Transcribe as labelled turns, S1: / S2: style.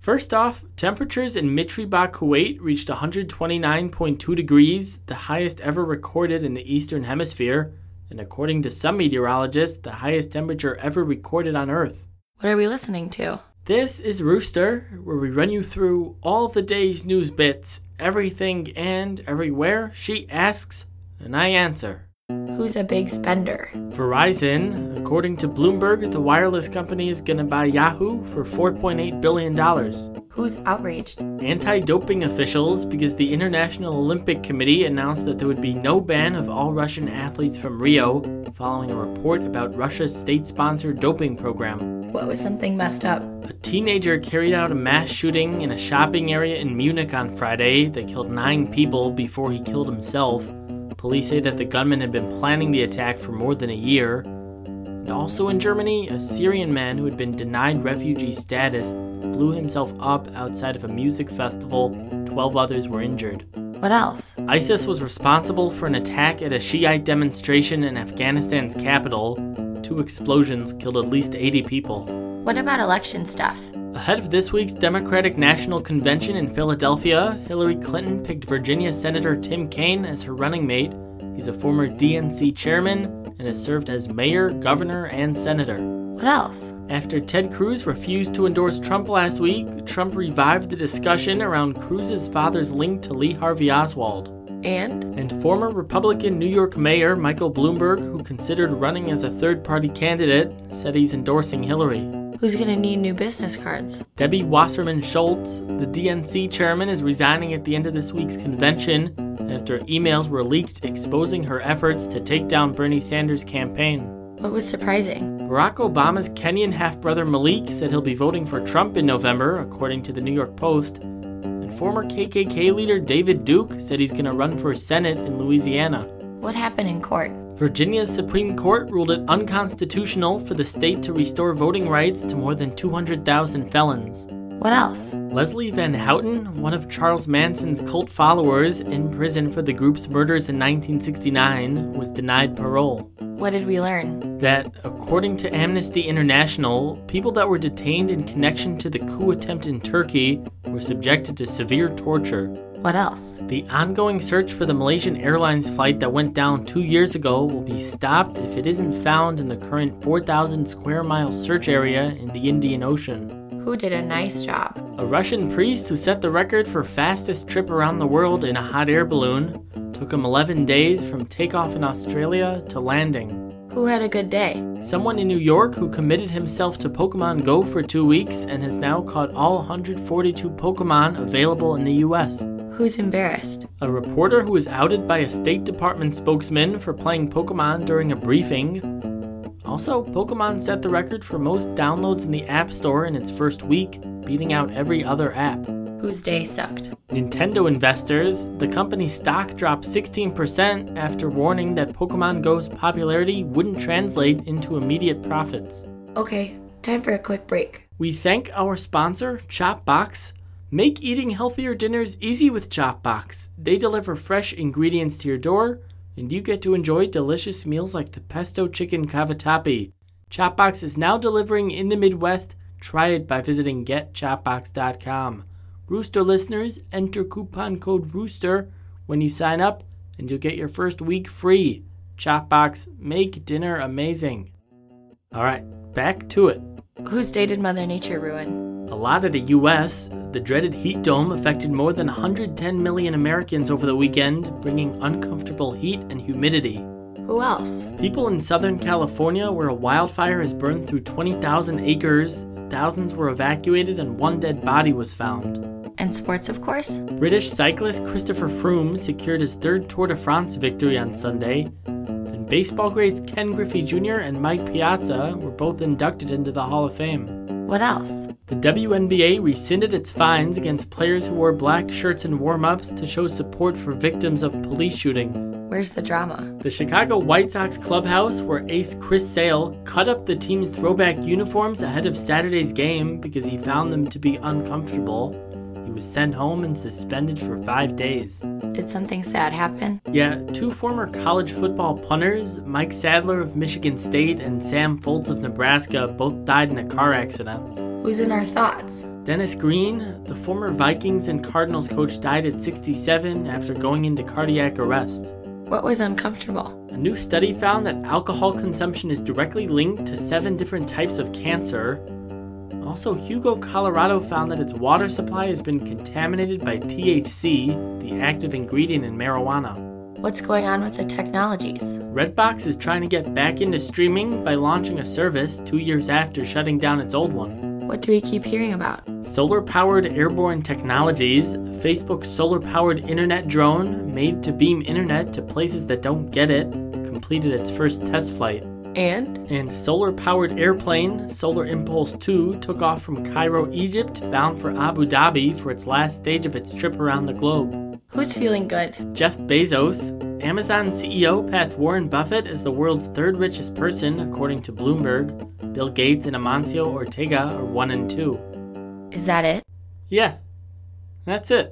S1: First off, temperatures in Mitribah, Kuwait reached 129.2 degrees, the highest ever recorded in the Eastern Hemisphere, and according to some meteorologists, the highest temperature ever recorded on Earth.
S2: What are we listening to?
S1: This is Rooster, where we run you through all the day's news bits, everything and everywhere. She asks, and I answer.
S2: Who's a big spender?
S1: Verizon, according to Bloomberg, the wireless company is going to buy Yahoo for $4.8 billion.
S2: Who's outraged?
S1: Anti doping officials, because the International Olympic Committee announced that there would be no ban of all Russian athletes from Rio following a report about Russia's state sponsored doping program.
S2: What was something messed up?
S1: A teenager carried out a mass shooting in a shopping area in Munich on Friday that killed nine people before he killed himself. Police say that the gunman had been planning the attack for more than a year. And also in Germany, a Syrian man who had been denied refugee status blew himself up outside of a music festival. Twelve others were injured.
S2: What else?
S1: ISIS was responsible for an attack at a Shiite demonstration in Afghanistan's capital. Two explosions killed at least 80 people.
S2: What about election stuff?
S1: Ahead of this week's Democratic National Convention in Philadelphia, Hillary Clinton picked Virginia Senator Tim Kaine as her running mate. He's a former DNC chairman and has served as mayor, governor, and senator.
S2: What else?
S1: After Ted Cruz refused to endorse Trump last week, Trump revived the discussion around Cruz's father's link to Lee Harvey Oswald.
S2: And?
S1: And former Republican New York Mayor Michael Bloomberg, who considered running as a third party candidate, said he's endorsing Hillary.
S2: Who's gonna need new business cards?
S1: Debbie Wasserman Schultz, the DNC chairman, is resigning at the end of this week's convention after emails were leaked exposing her efforts to take down Bernie Sanders' campaign.
S2: What was surprising?
S1: Barack Obama's Kenyan half brother Malik said he'll be voting for Trump in November, according to the New York Post. And former KKK leader David Duke said he's going to run for Senate in Louisiana.
S2: What happened in court?
S1: Virginia's Supreme Court ruled it unconstitutional for the state to restore voting rights to more than 200,000 felons.
S2: What else?
S1: Leslie Van Houten, one of Charles Manson's cult followers in prison for the group's murders in 1969, was denied parole.
S2: What did we learn?
S1: That, according to Amnesty International, people that were detained in connection to the coup attempt in Turkey were subjected to severe torture.
S2: What else?
S1: The ongoing search for the Malaysian Airlines flight that went down two years ago will be stopped if it isn't found in the current 4,000 square mile search area in the Indian Ocean.
S2: Who did a nice job?
S1: A Russian priest who set the record for fastest trip around the world in a hot air balloon took him 11 days from takeoff in Australia to landing.
S2: Who had a good day?
S1: Someone in New York who committed himself to Pokemon Go for two weeks and has now caught all 142 Pokemon available in the US.
S2: Who's embarrassed?
S1: A reporter who was outed by a State Department spokesman for playing Pokemon during a briefing. Also, Pokemon set the record for most downloads in the App Store in its first week, beating out every other app.
S2: Whose day sucked?
S1: Nintendo investors, the company's stock dropped 16% after warning that Pokemon Go's popularity wouldn't translate into immediate profits.
S2: Okay, time for a quick break.
S1: We thank our sponsor, Chopbox. Make eating healthier dinners easy with Chopbox. They deliver fresh ingredients to your door, and you get to enjoy delicious meals like the pesto chicken cavatappi. Chopbox is now delivering in the Midwest. Try it by visiting getchopbox.com. Rooster listeners, enter coupon code ROOSTER when you sign up, and you'll get your first week free. Chopbox, make dinner amazing. All right, back to it.
S2: Whose day did Mother Nature ruin?
S1: A lot of the US, the dreaded heat dome affected more than 110 million Americans over the weekend, bringing uncomfortable heat and humidity.
S2: Who else?
S1: People in Southern California, where a wildfire has burned through 20,000 acres, thousands were evacuated and one dead body was found.
S2: And sports, of course?
S1: British cyclist Christopher Froome secured his third Tour de France victory on Sunday, and baseball greats Ken Griffey Jr. and Mike Piazza were both inducted into the Hall of Fame.
S2: What else?
S1: The WNBA rescinded its fines against players who wore black shirts in warm ups to show support for victims of police shootings.
S2: Where's the drama?
S1: The Chicago White Sox clubhouse, where ace Chris Sale cut up the team's throwback uniforms ahead of Saturday's game because he found them to be uncomfortable, he was sent home and suspended for five days.
S2: Did something sad happen?
S1: Yeah, two former college football punters, Mike Sadler of Michigan State and Sam Foltz of Nebraska, both died in a car accident.
S2: Who's in our thoughts?
S1: Dennis Green, the former Vikings and Cardinals coach, died at 67 after going into cardiac arrest.
S2: What was uncomfortable?
S1: A new study found that alcohol consumption is directly linked to seven different types of cancer. Also, Hugo, Colorado found that its water supply has been contaminated by THC, the active ingredient in marijuana.
S2: What's going on with the technologies?
S1: Redbox is trying to get back into streaming by launching a service two years after shutting down its old one.
S2: What do we keep hearing about?
S1: Solar powered airborne technologies, Facebook's solar powered internet drone made to beam internet to places that don't get it, completed its first test flight.
S2: And
S1: And solar powered airplane, Solar Impulse 2, took off from Cairo, Egypt, bound for Abu Dhabi for its last stage of its trip around the globe.
S2: who's feeling good?
S1: Jeff Bezos, Amazon CEO, passed Warren Buffett as the world's third richest person, according to Bloomberg. Bill Gates and Amancio Ortega are 1 and 2.
S2: Is that it?
S1: Yeah. That's it.